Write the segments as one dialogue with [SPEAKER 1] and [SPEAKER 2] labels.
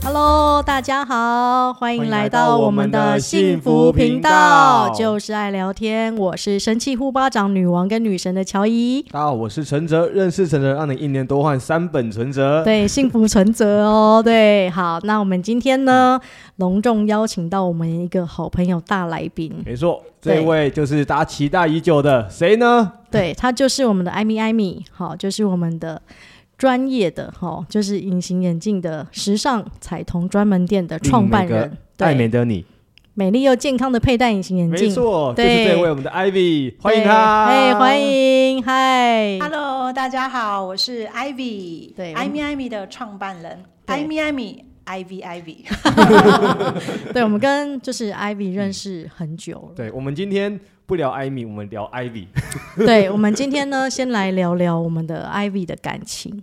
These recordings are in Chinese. [SPEAKER 1] Hello，大家好，欢
[SPEAKER 2] 欢
[SPEAKER 1] 迎
[SPEAKER 2] 迎
[SPEAKER 1] 来
[SPEAKER 2] 来
[SPEAKER 1] 到
[SPEAKER 2] 到
[SPEAKER 1] 我
[SPEAKER 2] 我
[SPEAKER 1] 们
[SPEAKER 2] 们
[SPEAKER 1] 的
[SPEAKER 2] 的
[SPEAKER 1] 幸
[SPEAKER 2] 幸
[SPEAKER 1] 福
[SPEAKER 2] 福
[SPEAKER 1] 频
[SPEAKER 2] 频
[SPEAKER 1] 道，
[SPEAKER 2] 道
[SPEAKER 1] 就是爱聊天。我是神器护巴掌女王跟女神的乔伊，
[SPEAKER 2] 大家好，我是陈哲，认识陈哲让你一年多换三本存折。
[SPEAKER 1] 对，幸福存折哦，对，好，那我们今天呢，隆重邀请到我们一个好朋友大来宾，
[SPEAKER 2] 没错，
[SPEAKER 1] 对
[SPEAKER 2] 这位就是大家期待已久的谁呢？
[SPEAKER 1] 对他就是我们的艾米艾米，好，就是我们的。专业的哈、哦，就是隐形眼镜的时尚彩瞳专门店的创办
[SPEAKER 2] 另一
[SPEAKER 1] 人
[SPEAKER 2] 嗯个，
[SPEAKER 1] 对，
[SPEAKER 2] 爱美的你，
[SPEAKER 1] 美丽又健康的佩戴隐形眼
[SPEAKER 2] 没
[SPEAKER 1] 镜，
[SPEAKER 2] 错，就
[SPEAKER 1] 对
[SPEAKER 2] 是这位我们的 Ivy，欢迎
[SPEAKER 1] 对
[SPEAKER 2] 他，
[SPEAKER 1] 哎，欢。 迎，嗨
[SPEAKER 3] Hello，大家好，我是 Ivy，
[SPEAKER 1] 对
[SPEAKER 3] 艾米艾米的创办人，
[SPEAKER 1] 对
[SPEAKER 3] 艾米艾米，Ivy Ivy，
[SPEAKER 1] 对，我们跟就是
[SPEAKER 2] 嗯
[SPEAKER 1] Ivy 认识很久了。
[SPEAKER 2] 对我们今天不聊艾米，我们聊 Ivy。
[SPEAKER 1] 对，我们今天呢，先来聊聊我们的 Ivy 的感情，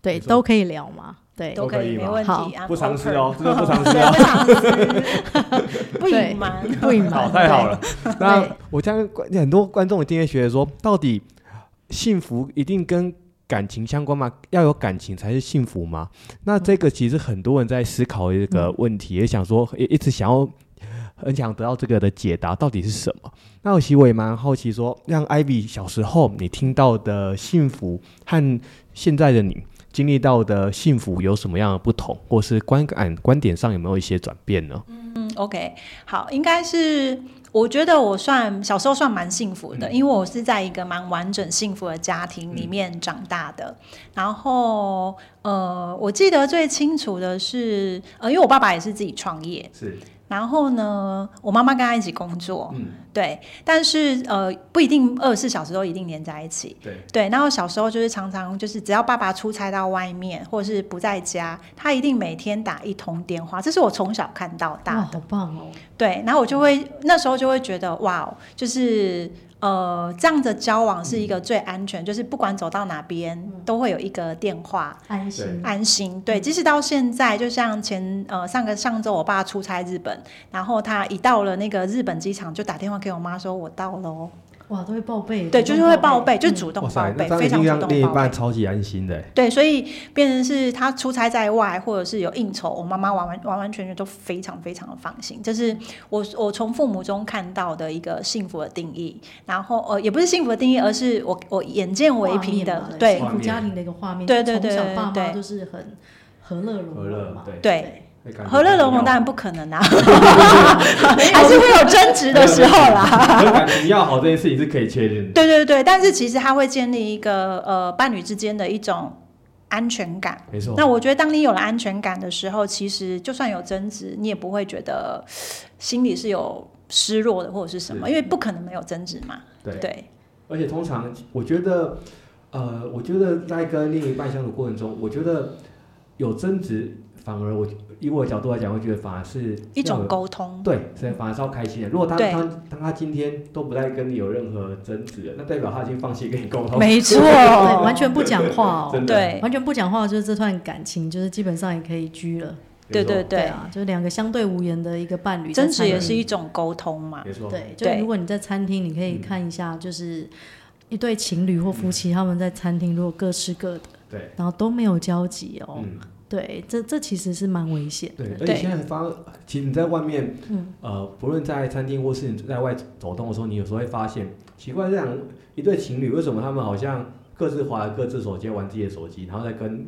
[SPEAKER 1] 对，
[SPEAKER 2] 没错
[SPEAKER 1] 都可以聊吗？对，
[SPEAKER 3] 都可
[SPEAKER 2] 都可
[SPEAKER 3] 以，
[SPEAKER 2] 以吗
[SPEAKER 3] 没问
[SPEAKER 1] 好
[SPEAKER 3] 题，I'm
[SPEAKER 2] 不尝试
[SPEAKER 3] open
[SPEAKER 2] 哦真的不尝试
[SPEAKER 3] 对
[SPEAKER 2] 哦
[SPEAKER 3] 不尝 试， 不
[SPEAKER 1] 对
[SPEAKER 3] 隐瞒，
[SPEAKER 1] 不隐瞒
[SPEAKER 2] 好，太好了。 那
[SPEAKER 1] 对
[SPEAKER 2] 我相信观很多观众一定会觉得说，到底幸福一定跟感情相关吗？要有感情才是幸福吗？那这个其实很多人在思考这个问题，也想说，也一直想要。很想得到这个的解答到底是什么？那其实我也蛮好奇说让 Ivy 小时候你听到的幸福和现在的你经历到的幸福有什么样的不同，或是观感观点上有没有一些转变呢？
[SPEAKER 3] 嗯，OK，好，应该是我觉得我算小时候算蛮幸福
[SPEAKER 2] 嗯
[SPEAKER 3] 的，因为我是在一个蛮完整幸福的家庭里面长大的。然后呃，我记得最清楚的是，呃，因为我爸爸也是自己创业，
[SPEAKER 2] 是，
[SPEAKER 3] 然后呢，我妈妈跟他一起工作，
[SPEAKER 2] 嗯，
[SPEAKER 3] 对，但是呃，不一定二十四小时都一定黏在一起。
[SPEAKER 2] 对，
[SPEAKER 3] 对，然后小时候就是常常就是只要爸爸出差到外面或是不在家，他一定每天打一通电话，这是我从小看到
[SPEAKER 1] 哇，
[SPEAKER 3] 大的。
[SPEAKER 1] 好棒哦！
[SPEAKER 3] 对，然后我就会那时候就会觉得哇哦，就是呃这样的交往是一个最安全，就是不管走到哪边、都会有一个电话。
[SPEAKER 1] 安心，
[SPEAKER 3] 安心，对，即使到现在，就像前呃上个上周我爸出差日本，然后他一到了那个日本机场，就打电话给我妈说我到了哦，
[SPEAKER 1] 哇，都会报备，嗯
[SPEAKER 3] 对，就是会报备，就主
[SPEAKER 2] 嗯哇
[SPEAKER 3] 动报
[SPEAKER 2] 塞，那
[SPEAKER 3] 备，
[SPEAKER 2] 这样
[SPEAKER 3] 非
[SPEAKER 2] 一
[SPEAKER 3] 常
[SPEAKER 2] 定
[SPEAKER 3] 主
[SPEAKER 2] 让另
[SPEAKER 3] 动
[SPEAKER 2] 一
[SPEAKER 3] 报备
[SPEAKER 2] 半。超级安心的欸。
[SPEAKER 3] 对，所以变成是他出差在外，或者是有应酬，我妈妈完完完完全全都非常非常的放心。这是我我从父母中看到的一个幸福的定义，然后呃也不是幸福的定义，而是我我眼见为凭的，对
[SPEAKER 1] 幸福家庭的一个画面，
[SPEAKER 3] 对对对
[SPEAKER 1] 从小爸妈
[SPEAKER 3] 对
[SPEAKER 1] 就是很和乐融
[SPEAKER 2] 和乐
[SPEAKER 1] 融嘛，
[SPEAKER 2] 对
[SPEAKER 3] 对。和乐融融当然不可 能啦、还
[SPEAKER 1] 还
[SPEAKER 3] 是会有争执的时候啦。
[SPEAKER 2] 感情要好这件事情是可以确认的。
[SPEAKER 3] 对对对，但是其实它会建立一个呃伴侣之间的一种安全感。
[SPEAKER 2] 没错，
[SPEAKER 3] 那我觉得，当你有了安全感的时候，其实就算有争执，你也不会觉得心里是有失落的或者是什么，
[SPEAKER 2] 是
[SPEAKER 3] 因为不可能没有争执嘛。
[SPEAKER 2] 对
[SPEAKER 3] 对
[SPEAKER 2] 而且通常我觉得，呃，我觉得在跟另一半相处过程中，我觉得有争执，反而我以我的角度来讲，会觉得反而是
[SPEAKER 3] 一种
[SPEAKER 2] 要有
[SPEAKER 3] 沟通，
[SPEAKER 2] 对，所以反而是要开心的。如果他
[SPEAKER 3] 对
[SPEAKER 2] 他当他今天都不再跟你有任何争执了，那代表他已经放弃跟你沟通，
[SPEAKER 3] 没错，
[SPEAKER 1] 对，完全不讲话哦，
[SPEAKER 2] 真的
[SPEAKER 3] 对
[SPEAKER 1] 完全不讲话，就是这段感情就是基本上也可以居了，
[SPEAKER 3] 对对对，
[SPEAKER 1] 啊，就是两个相对无言的一个伴侣在
[SPEAKER 3] 争
[SPEAKER 1] 餐
[SPEAKER 3] 执
[SPEAKER 1] 厅，
[SPEAKER 3] 也是一种沟通嘛。
[SPEAKER 2] 没错，没错，
[SPEAKER 1] 对，就
[SPEAKER 3] 对
[SPEAKER 1] 如果你在餐厅，你可以看一下，就是一对情侣或夫妻，他们在餐厅如果各吃各的，
[SPEAKER 2] 对，
[SPEAKER 1] 然后都没有交集哦，
[SPEAKER 2] 嗯。
[SPEAKER 1] 对，这这其实是蛮危 险的
[SPEAKER 2] 对，。而且
[SPEAKER 3] 对
[SPEAKER 2] 现在发，其实你在外面，
[SPEAKER 1] 嗯
[SPEAKER 2] 呃，不论在餐厅或是你在外走动的时候，你有时候会发现，奇怪，这两一对情侣为什么他们好像各自划各自手机玩自己的手机，然后再跟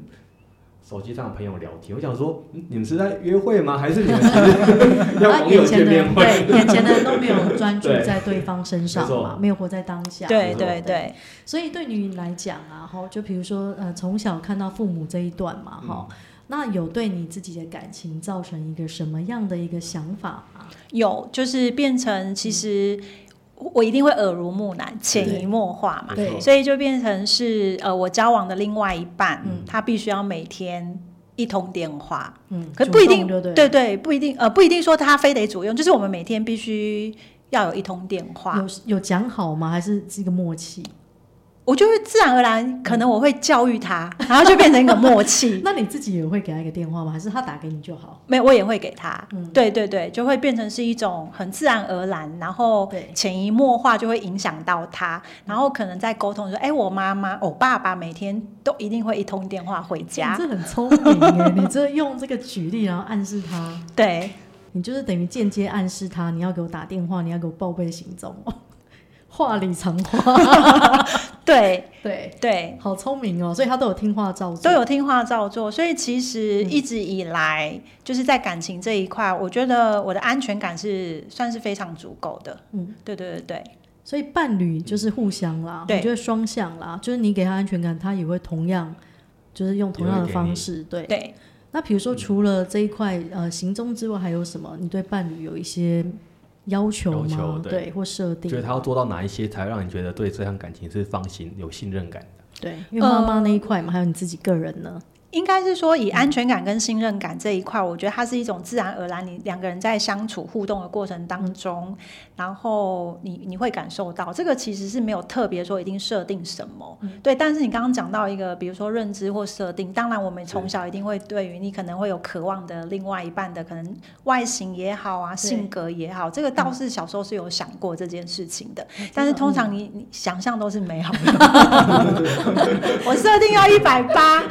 [SPEAKER 2] 手机上的朋友聊天？我想说，嗯你们是在约会吗？还是你们是 要
[SPEAKER 1] 啊
[SPEAKER 2] 网友
[SPEAKER 1] 眼前
[SPEAKER 2] 见
[SPEAKER 1] 的
[SPEAKER 2] 面
[SPEAKER 1] 人
[SPEAKER 2] 会？
[SPEAKER 1] 对眼前的人都没有专注
[SPEAKER 2] 对
[SPEAKER 1] 在对方身上
[SPEAKER 2] 没错
[SPEAKER 1] 嘛，没有活在当下。
[SPEAKER 3] 对
[SPEAKER 2] 没错
[SPEAKER 3] 对对，
[SPEAKER 1] 所以对你来讲啊，哈，就比如说呃，从小看到父母这一段嘛，哈、
[SPEAKER 3] 嗯
[SPEAKER 1] 那有对你自己的感情造成一个什么样的一个想法吗？
[SPEAKER 3] 有，就是变成
[SPEAKER 1] 嗯
[SPEAKER 3] 其实我我一定会耳濡目染、潜移默化嘛，
[SPEAKER 2] 没错
[SPEAKER 1] 对
[SPEAKER 3] 所以就变成是呃，我交往的另外一半，
[SPEAKER 1] 嗯
[SPEAKER 3] 他必须要每天一通电话，
[SPEAKER 1] 嗯，
[SPEAKER 3] 可不一定
[SPEAKER 1] 主动就对了，
[SPEAKER 3] 对对，不一定呃，不一定说他非得主用，就是我们每天必须要有一通电话。
[SPEAKER 1] 嗯有有讲好吗？还是是一个默契？
[SPEAKER 3] 我就会自然而然，可能我会教育他，然后就变成一个默契。
[SPEAKER 1] 那你自己也会给他一个电话吗？还是他打给你就好？
[SPEAKER 3] 没有，我也会给他。
[SPEAKER 1] 嗯
[SPEAKER 3] 对对对，就会变成是一种很自然而然，然后
[SPEAKER 1] 对
[SPEAKER 3] 潜移默化就会影响到他，然后可能在沟通说，哎、我妈妈、我爸爸每天都一定会一通电话回
[SPEAKER 1] 你
[SPEAKER 3] 家。
[SPEAKER 1] 这很聪明耶！ 你这用这个举例，然后暗示他，
[SPEAKER 3] 对，
[SPEAKER 1] 你就是等于间接暗示他，你要给我打电话，你要给我报备行踪 哦，话里藏话。
[SPEAKER 3] 对，
[SPEAKER 1] 对，
[SPEAKER 3] 对，
[SPEAKER 1] 好聪明哦，所以他都有听话照做。
[SPEAKER 3] 都有听话照
[SPEAKER 1] 嗯
[SPEAKER 3] 做，所以其实一直以来、就是在感情这一块，我觉得我的安全感是算是非常足够的。
[SPEAKER 1] 嗯，
[SPEAKER 3] 对对对对
[SPEAKER 1] 所以伴侣就是互相啦，
[SPEAKER 3] 对
[SPEAKER 1] 我觉得双向啦，就是你给他安全感，他也会同样，就是用同样的方式。对，
[SPEAKER 3] 对，
[SPEAKER 1] 那比如说除了这一块呃行踪之外，还有什么？你对伴侣有一些要求吗？
[SPEAKER 2] 要求对
[SPEAKER 1] 对，或设定
[SPEAKER 2] 觉
[SPEAKER 1] 吗？
[SPEAKER 2] 得他要做到哪一些，才会让你觉得对这段感情是放心、有信任感的？
[SPEAKER 1] 对，因为妈妈那一块嘛，还有你自己个人呢。
[SPEAKER 3] 应该是说以安全感跟信任感这一块，我觉得它是一种自然而然，你两个人在相处互动的过程当中，然后你你会感受到这个其实是没有特别说一定设定什么，对。但是你刚刚讲到一个，比如说认知或设定，当然我们从小一定会对于你可能会有渴望的另外一半的可能外形也好啊，性格也好，这个倒是小时候是有想过这件事情的， 但是通常你你想象都是美 好的。我设定要一百八，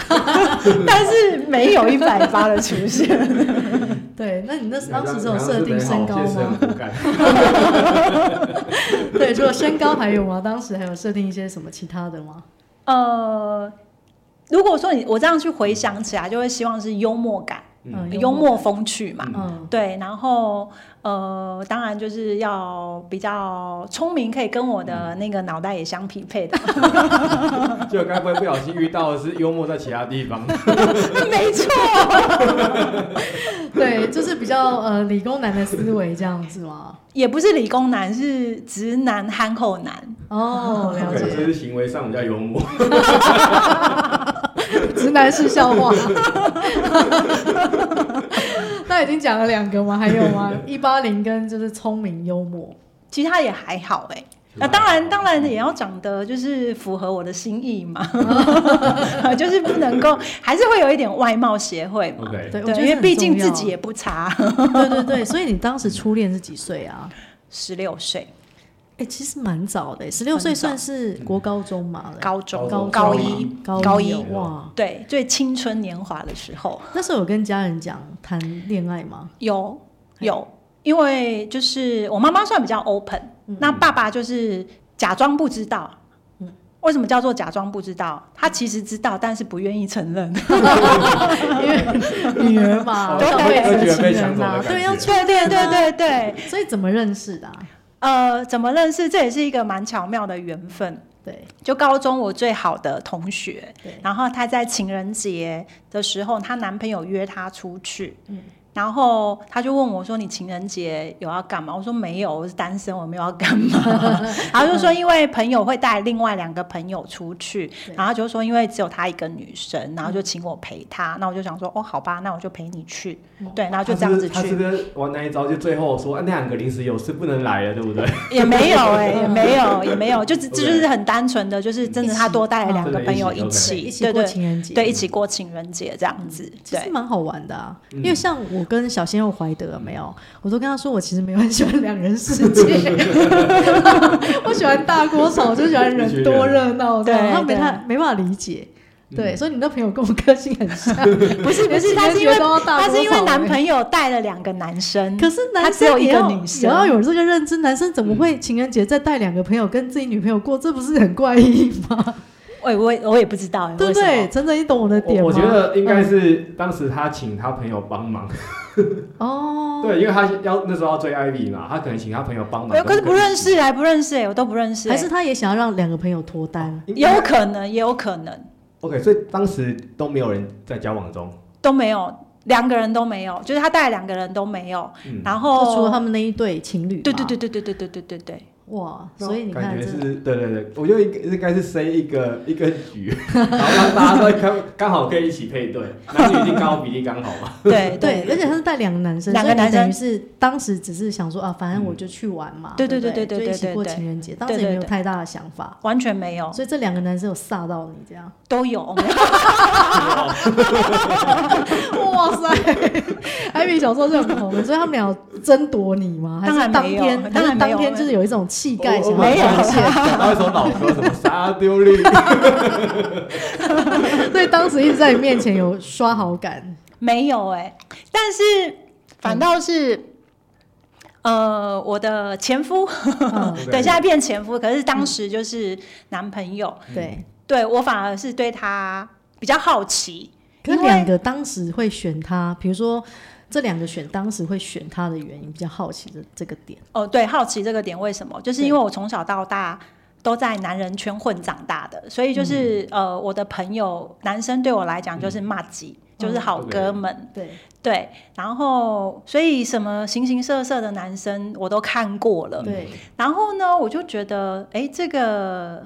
[SPEAKER 3] 但是没有一百八的出现。
[SPEAKER 1] 嗯对，那你那当时是有设定身高吗？
[SPEAKER 2] 吗？
[SPEAKER 1] 对，除了身高还有吗？当时还有设定一些什么其他的吗？
[SPEAKER 3] 呃，如果说你我这样去回想起来，就会希望是幽默感、
[SPEAKER 1] 嗯，
[SPEAKER 3] 幽默风趣嘛。
[SPEAKER 1] 嗯，
[SPEAKER 3] 对，然后呃，当然就是要比较聪明，可以跟我的那个脑袋也相匹配的。
[SPEAKER 2] 就该不会不小心遇到的是幽默在其他地方？
[SPEAKER 3] 没错，
[SPEAKER 1] 对，就是比较呃理工男的思维这样子嘛。
[SPEAKER 3] 也不是理工男，是直男憨厚男。
[SPEAKER 1] 哦，了
[SPEAKER 2] 对，这
[SPEAKER 1] 解，
[SPEAKER 2] 是行为上比较幽默。
[SPEAKER 1] 直男式笑 话。那已经讲了两个吗？还有 吗？一八零跟就是聪明幽默，
[SPEAKER 3] 其实他也还好哎、那、当然，当然也要讲的就是符合我的心意 嘛，啊就是不能够，还是会有一点外貌协会嘛。
[SPEAKER 2] OK，
[SPEAKER 1] 对，我
[SPEAKER 3] 对，
[SPEAKER 1] 觉得
[SPEAKER 3] 因为
[SPEAKER 1] 这很
[SPEAKER 3] 毕竟
[SPEAKER 1] 重要
[SPEAKER 3] 自己 也不差，
[SPEAKER 1] 对对对，所以你当时初恋是几岁啊？
[SPEAKER 3] 十六岁，
[SPEAKER 1] 哎，其实蛮早的，十六岁
[SPEAKER 3] 很早
[SPEAKER 1] 算是国高中
[SPEAKER 2] 嗯
[SPEAKER 1] 嘛，
[SPEAKER 3] 高中，
[SPEAKER 1] 高
[SPEAKER 3] 高
[SPEAKER 1] 中
[SPEAKER 3] 一，
[SPEAKER 1] 高
[SPEAKER 3] 高
[SPEAKER 1] 一
[SPEAKER 3] 一
[SPEAKER 1] 哦哇。
[SPEAKER 3] 对，最青春年华的时候，
[SPEAKER 1] 那时候有跟家人讲谈恋爱 吗？
[SPEAKER 3] 有有，因为就是我妈妈算比较 open，、那
[SPEAKER 1] 嗯
[SPEAKER 3] 爸爸就是假装不知道。为什么叫做假装不知道？他其实知道，但是不愿意承认。
[SPEAKER 1] 因为 女儿嘛，
[SPEAKER 3] 对
[SPEAKER 1] 上辈
[SPEAKER 3] 会
[SPEAKER 1] 子
[SPEAKER 2] 哦觉得
[SPEAKER 1] 情
[SPEAKER 2] 被抢
[SPEAKER 1] 人
[SPEAKER 2] 走的
[SPEAKER 1] 呐，
[SPEAKER 2] 感
[SPEAKER 1] 对，要
[SPEAKER 2] 觉
[SPEAKER 1] 出
[SPEAKER 3] 对对对对对，
[SPEAKER 1] 所以怎么认识的啊？
[SPEAKER 3] 呃，怎么认识？这也是一个蛮巧妙的缘分。
[SPEAKER 1] 对
[SPEAKER 3] 就高中我最好的同学，
[SPEAKER 1] 对，
[SPEAKER 3] 然后她在情人节的时候，她男朋友约她出去，
[SPEAKER 1] 嗯
[SPEAKER 3] 然后她就问我说：“你情人节有要干嘛？”我说：“没有，我是单身，我没有要干 嘛。”然后就说：“因为朋友会带另外两个朋友出去，
[SPEAKER 1] 对
[SPEAKER 3] 然后就说因为只有她一个女生，然后就请我陪她。那我就想说：“哦，好吧，那我就陪你去。
[SPEAKER 1] 嗯
[SPEAKER 3] 对，然后就这样子
[SPEAKER 2] 他是
[SPEAKER 3] 去
[SPEAKER 2] 不，是玩那一招？就最后说、啊、那两个临时有事不能来了，对 不对？
[SPEAKER 3] 也没有哎、
[SPEAKER 1] 嗯
[SPEAKER 3] 也没有，也没有，就只这
[SPEAKER 2] OK
[SPEAKER 3] 就是很单纯的，就是真的她多带了两个朋友
[SPEAKER 2] 一起
[SPEAKER 1] 一起
[SPEAKER 3] 对
[SPEAKER 1] 过
[SPEAKER 3] 对。”
[SPEAKER 1] 情人节，
[SPEAKER 3] 对，一起过情人节这样子，
[SPEAKER 1] 其实
[SPEAKER 3] 对，
[SPEAKER 1] 蛮好玩的啊。
[SPEAKER 2] 嗯
[SPEAKER 1] 因为像我跟小鲜肉怀德没有，我都跟他说我其实没有很喜欢两人世 界， 我喜欢大锅炒，我就喜欢人多热闹，
[SPEAKER 3] 对
[SPEAKER 1] 这样他没
[SPEAKER 3] 对
[SPEAKER 1] 他没办法理解。对，所以你那朋友跟我个性很像，不
[SPEAKER 3] 是 不是他是因为
[SPEAKER 1] 他
[SPEAKER 3] 他是因为男朋友带了两个男生，
[SPEAKER 1] 可是男
[SPEAKER 3] 他只有
[SPEAKER 1] 生
[SPEAKER 3] 一
[SPEAKER 1] 也
[SPEAKER 3] 个
[SPEAKER 1] 要
[SPEAKER 3] 女
[SPEAKER 1] 也
[SPEAKER 3] 生
[SPEAKER 1] 要有这个认知，男生怎么会情人节再带两个朋友跟自己女朋友过？这不是很怪异吗？
[SPEAKER 3] 我也我也我也不知道哎，
[SPEAKER 1] 对不
[SPEAKER 3] 为什么
[SPEAKER 1] 对？？真的，你懂我的点
[SPEAKER 2] 我
[SPEAKER 1] 吗？
[SPEAKER 2] 我觉得应该是当时他请他朋友帮忙，
[SPEAKER 1] 哦，
[SPEAKER 2] 对，因为他要那时候要追艾米嘛，他可能请他朋友帮
[SPEAKER 3] 嗯没
[SPEAKER 2] 忙。
[SPEAKER 3] 有，可是不认识哎，不认识哎，我都不认识哎，
[SPEAKER 1] 还是他也想要让两个朋友脱单，
[SPEAKER 2] 应
[SPEAKER 3] 也
[SPEAKER 2] 该
[SPEAKER 3] 有可能，也有可能
[SPEAKER 2] OK，所以当时都没有人在交往中，
[SPEAKER 3] 都没有，两个人都没有，就是他带两个人都没有，
[SPEAKER 2] 嗯，
[SPEAKER 3] 然
[SPEAKER 1] 就除了
[SPEAKER 3] 后
[SPEAKER 1] 他们那一对情侣嘛。
[SPEAKER 3] 对对对对对对对对对对，
[SPEAKER 1] 哇，所以你
[SPEAKER 2] 感
[SPEAKER 1] 看，
[SPEAKER 2] 觉
[SPEAKER 1] 这
[SPEAKER 2] 是对对对，我觉得应该应该是塞一个一根鱼， 然后让大家都刚刚好可以一起配对，男女一定刚好比例刚好 嘛。
[SPEAKER 3] 对
[SPEAKER 1] 对，而且他是带两个男生，
[SPEAKER 3] 两个
[SPEAKER 1] 所以你
[SPEAKER 3] 男生
[SPEAKER 1] 等于是当时只是想说啊，反
[SPEAKER 2] 嗯
[SPEAKER 1] 正我就去玩嘛，
[SPEAKER 3] 对
[SPEAKER 1] 对
[SPEAKER 3] 对
[SPEAKER 1] 不
[SPEAKER 3] 对对
[SPEAKER 1] 就
[SPEAKER 3] 对
[SPEAKER 1] 一起
[SPEAKER 3] 对
[SPEAKER 1] 过
[SPEAKER 3] 对
[SPEAKER 1] 情人节，当
[SPEAKER 3] 对
[SPEAKER 1] 时也
[SPEAKER 3] 对
[SPEAKER 1] 没有
[SPEAKER 3] 对哦
[SPEAKER 1] 太大的想法，
[SPEAKER 3] 完全没有，
[SPEAKER 1] 所以这两个男生有吓到你 这样，
[SPEAKER 3] 都有。
[SPEAKER 1] 哇塞， 艾米小时候就很红，所以他们俩争夺你吗？还
[SPEAKER 3] 当
[SPEAKER 1] 是
[SPEAKER 3] 然
[SPEAKER 1] 当
[SPEAKER 3] 没有
[SPEAKER 1] 天，
[SPEAKER 3] 当
[SPEAKER 1] 还
[SPEAKER 3] 然
[SPEAKER 1] 是
[SPEAKER 3] 没有
[SPEAKER 1] 当天就是有一种气概
[SPEAKER 2] 我
[SPEAKER 1] 想
[SPEAKER 2] 我
[SPEAKER 1] 要
[SPEAKER 3] 没有
[SPEAKER 1] 展现，
[SPEAKER 2] 想到一首老歌，什么沙丢绿，
[SPEAKER 1] 所以当时一直在你面前有刷好感，
[SPEAKER 3] 没有哎、但是反倒是，呃，我的前夫，
[SPEAKER 1] 嗯，
[SPEAKER 2] 对
[SPEAKER 3] 对，现在变前夫，可是当时就是男朋友，
[SPEAKER 1] 对。
[SPEAKER 3] 对我反而是对他比较好奇，
[SPEAKER 1] 可是
[SPEAKER 3] 因为
[SPEAKER 1] 两个当时会选他，比如说这两个选当时会选他的原因，比较好奇的这个点。
[SPEAKER 3] 哦，对，好奇这个点为什么？就是因为我从小到大都在男人圈混长大的，所以就是、呃，我的朋友男生对我来讲就是骂鸡、就是好哥们。
[SPEAKER 1] 对，
[SPEAKER 3] 对，然后所以什么形形色色的男生我都看过了。
[SPEAKER 1] 对，
[SPEAKER 3] 然后呢，我就觉得，哎，这个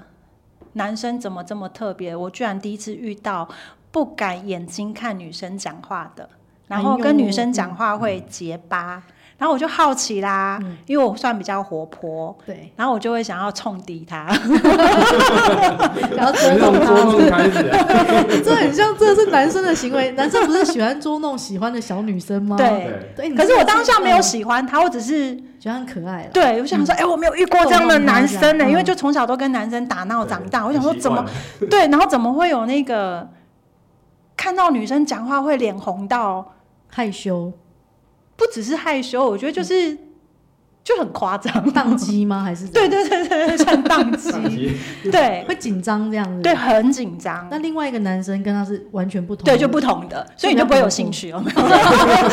[SPEAKER 3] 男生怎么这么特别？我居然第一次遇到不敢眼睛看女生讲话的，然后
[SPEAKER 1] 哎呦
[SPEAKER 3] 跟女生讲话会结巴，然后我就好奇啦，
[SPEAKER 1] 嗯
[SPEAKER 3] 因为我算比较活泼。
[SPEAKER 1] 对，
[SPEAKER 3] 然后我就会想要冲敌他，
[SPEAKER 1] 然后捉
[SPEAKER 2] 从这种
[SPEAKER 1] 弄
[SPEAKER 2] 捉
[SPEAKER 1] 他，
[SPEAKER 2] 弄开始啊，
[SPEAKER 1] 这很像，这是男生的行为。 男生不是喜欢捉弄喜欢的小女生吗？
[SPEAKER 3] 对
[SPEAKER 2] 对，
[SPEAKER 1] 对。
[SPEAKER 3] 可是我当下没有
[SPEAKER 1] 觉
[SPEAKER 3] 喜欢他，我只是
[SPEAKER 1] 得很可爱了。啊
[SPEAKER 3] 对我想说，哎、我没有遇过这样的男生欸呢、因为就从小都跟男生打闹长大，我想说
[SPEAKER 2] 习
[SPEAKER 3] 怎
[SPEAKER 2] 惯
[SPEAKER 3] 么
[SPEAKER 2] 了
[SPEAKER 3] 对，然后怎么会有那个看到女生讲话会脸红到，
[SPEAKER 1] 害羞、
[SPEAKER 3] 不只是害羞，我觉得就是、
[SPEAKER 1] 嗯
[SPEAKER 3] 就很夸张。
[SPEAKER 1] 宕机吗？还是怎
[SPEAKER 3] 对
[SPEAKER 1] 样
[SPEAKER 3] 对对对，像宕 机，对
[SPEAKER 1] 会紧张这样子？
[SPEAKER 3] 对，。很紧张
[SPEAKER 1] 嗯那，另外一个男生跟他是完全不同的，
[SPEAKER 3] 对就不同的，所以你就不会有兴趣
[SPEAKER 1] 嗯
[SPEAKER 3] 哦。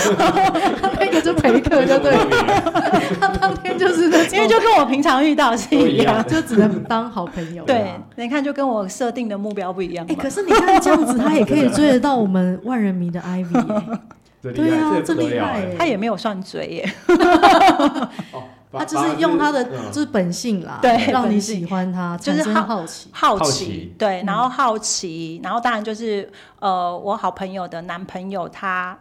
[SPEAKER 1] 那个就陪客，就对了， 他当天就是那种，
[SPEAKER 3] 因为就跟我平常遇到的是一样。
[SPEAKER 1] 就只能当好朋友。
[SPEAKER 3] 对，你看就跟我设定的目标不一样
[SPEAKER 1] 哎、
[SPEAKER 3] 嘛
[SPEAKER 1] 可。是你看这样子，他也可以追得到我们万人迷的 Ivy，、欸、
[SPEAKER 2] 这厉
[SPEAKER 1] 对啊
[SPEAKER 2] 害，
[SPEAKER 1] 这
[SPEAKER 2] 不得
[SPEAKER 1] 厉
[SPEAKER 2] 了
[SPEAKER 1] 害
[SPEAKER 2] 哎
[SPEAKER 1] 欸
[SPEAKER 3] 他也没有算嘴耶，
[SPEAKER 2] 哦把
[SPEAKER 1] 哎他就是用他的
[SPEAKER 2] 嗯
[SPEAKER 1] 就是本性啦，
[SPEAKER 3] 对
[SPEAKER 1] 让你
[SPEAKER 3] 本性
[SPEAKER 1] 喜欢他，
[SPEAKER 3] 就
[SPEAKER 1] 产
[SPEAKER 3] 是
[SPEAKER 1] 生
[SPEAKER 3] 好
[SPEAKER 1] 好奇。嗯
[SPEAKER 3] 好
[SPEAKER 2] 好
[SPEAKER 3] 奇
[SPEAKER 2] 奇，
[SPEAKER 3] 对，然后好奇，然后当然就是呃，我好朋友的男朋友他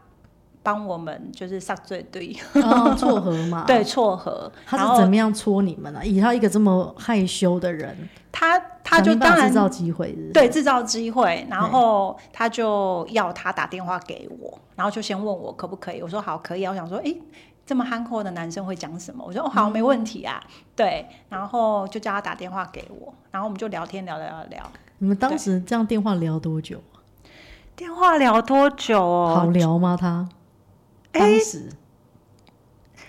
[SPEAKER 3] 帮我们就是上最对，
[SPEAKER 1] 哦，撮合嘛，
[SPEAKER 3] 对，，撮合，
[SPEAKER 1] 他
[SPEAKER 3] 然
[SPEAKER 1] 是怎
[SPEAKER 3] 后
[SPEAKER 1] 么样戳你们呢、啊以他一个这么害羞的人，
[SPEAKER 3] 他他就
[SPEAKER 1] 想办法
[SPEAKER 3] 当然
[SPEAKER 1] 制造机会是不是
[SPEAKER 3] 对，制造机会，然后他就要他打电话给我，然后就先问我可不可以，我说好可以啊，我想说诶，这么憨厚的男生会讲什么？我说哦好，没问题啊，对，然后就叫他打电话给我，然后我们就聊天聊聊聊聊，
[SPEAKER 1] 你们当时这样电话聊多久？
[SPEAKER 3] 电话聊多久
[SPEAKER 1] 好
[SPEAKER 3] 哦？
[SPEAKER 1] 聊吗？他
[SPEAKER 3] 哎
[SPEAKER 1] 当时、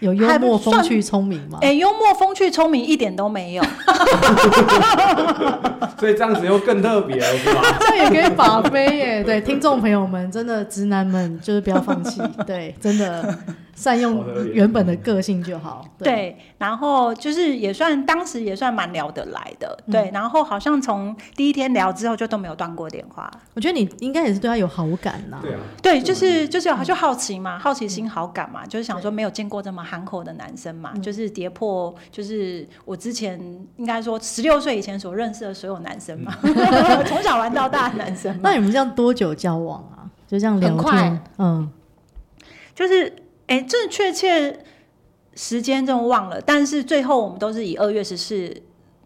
[SPEAKER 1] 有幽
[SPEAKER 3] 还不
[SPEAKER 1] 默、风
[SPEAKER 3] 算
[SPEAKER 1] 趣、聪明吗？
[SPEAKER 3] 哎、幽默、风趣、聪明一点都没有，
[SPEAKER 2] 所以这样子又更特别了，是吧？
[SPEAKER 1] 这样也可以把妹耶！对，听众朋友们，真的直男们就是不要放 弃，对，真的善用原本的个性就好。对，
[SPEAKER 3] 对，然后就是也算当时也算蛮聊得来的，对，然后好像从第一天聊之后就都没有断过电话，
[SPEAKER 1] 我觉得你应该也是对他有好感呐、
[SPEAKER 2] 对啊，
[SPEAKER 3] 对，就是就是就好奇嘛，好奇心、好感嘛，就是想说没有见过这么憨厚的男生嘛，就是跌破，就是我之前应该说十六岁以前所认识的所有男生嘛， 从小玩到大的男生嘛
[SPEAKER 1] 那，你们这样多久交往啊？就这样聊
[SPEAKER 3] 很
[SPEAKER 1] 天
[SPEAKER 3] 快，
[SPEAKER 1] 嗯，
[SPEAKER 3] 就是哎，这确切时间真的忘了，但是最后我们都是以二月十四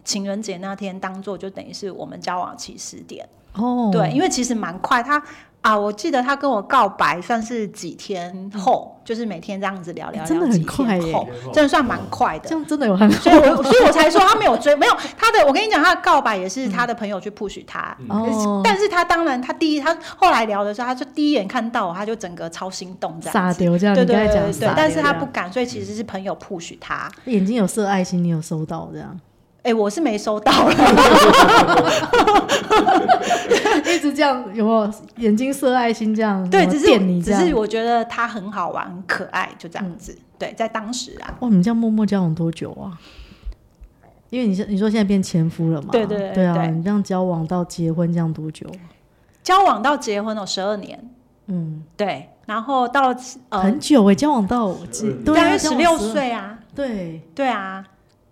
[SPEAKER 3] 情人节那天当做就等于是我们交往起始点。
[SPEAKER 1] 哦，
[SPEAKER 3] 对，，因为其实蛮快，他啊，我记得他跟我告白算是几天后，就是每天这样子聊聊聊，
[SPEAKER 1] 欸嗯真的很
[SPEAKER 3] 几天
[SPEAKER 1] 快耶
[SPEAKER 3] 后真的算蛮快
[SPEAKER 1] 这
[SPEAKER 3] 的。
[SPEAKER 1] 样真的有 很
[SPEAKER 3] 所以我，所以我才说他没有追，没有他的。我跟你讲，他的告白也是他的朋友去 push 他，
[SPEAKER 1] 嗯哦，
[SPEAKER 3] 但是他当然，他第一，他后来聊的时候，他就第一眼看到我，他就整个超心动这样
[SPEAKER 1] 傻
[SPEAKER 3] 子。
[SPEAKER 1] 丢这样，
[SPEAKER 3] 对
[SPEAKER 1] 你
[SPEAKER 3] 对
[SPEAKER 1] 刚才
[SPEAKER 3] 对
[SPEAKER 1] 讲
[SPEAKER 3] 对
[SPEAKER 1] 傻
[SPEAKER 3] 对
[SPEAKER 1] 丢，
[SPEAKER 3] 但是他
[SPEAKER 1] 这
[SPEAKER 3] 不
[SPEAKER 1] 样
[SPEAKER 3] 敢，所以其实是朋友 push 他。
[SPEAKER 1] 眼睛有色爱心，你有收到这样，
[SPEAKER 3] 哎，我是没收到了，
[SPEAKER 1] 一直这样有没有眼睛色爱心这样？
[SPEAKER 3] 对，
[SPEAKER 1] 有没
[SPEAKER 3] 只
[SPEAKER 1] 有
[SPEAKER 3] 是
[SPEAKER 1] 嗯电你这
[SPEAKER 3] 只
[SPEAKER 1] 样嗯
[SPEAKER 3] 是。我觉得他很好玩、很可爱，就这样子。对，在当时啊，
[SPEAKER 1] 哇，你们这样默默交往多久啊？因为你现你说现在变前夫了嘛？
[SPEAKER 3] 对对对
[SPEAKER 1] 对啊，
[SPEAKER 3] 对
[SPEAKER 1] 你这样交往到结婚这样多久？
[SPEAKER 3] 交往到结婚哦，十二年，
[SPEAKER 1] 嗯，
[SPEAKER 3] 对，然后到呃，
[SPEAKER 1] 很久哎、交往到结
[SPEAKER 2] 12
[SPEAKER 1] 对
[SPEAKER 3] 大
[SPEAKER 1] 啊，
[SPEAKER 3] 约
[SPEAKER 1] 交
[SPEAKER 3] 十
[SPEAKER 1] 往
[SPEAKER 3] 六
[SPEAKER 1] 12，
[SPEAKER 3] 岁啊，
[SPEAKER 1] 对，
[SPEAKER 3] 对啊，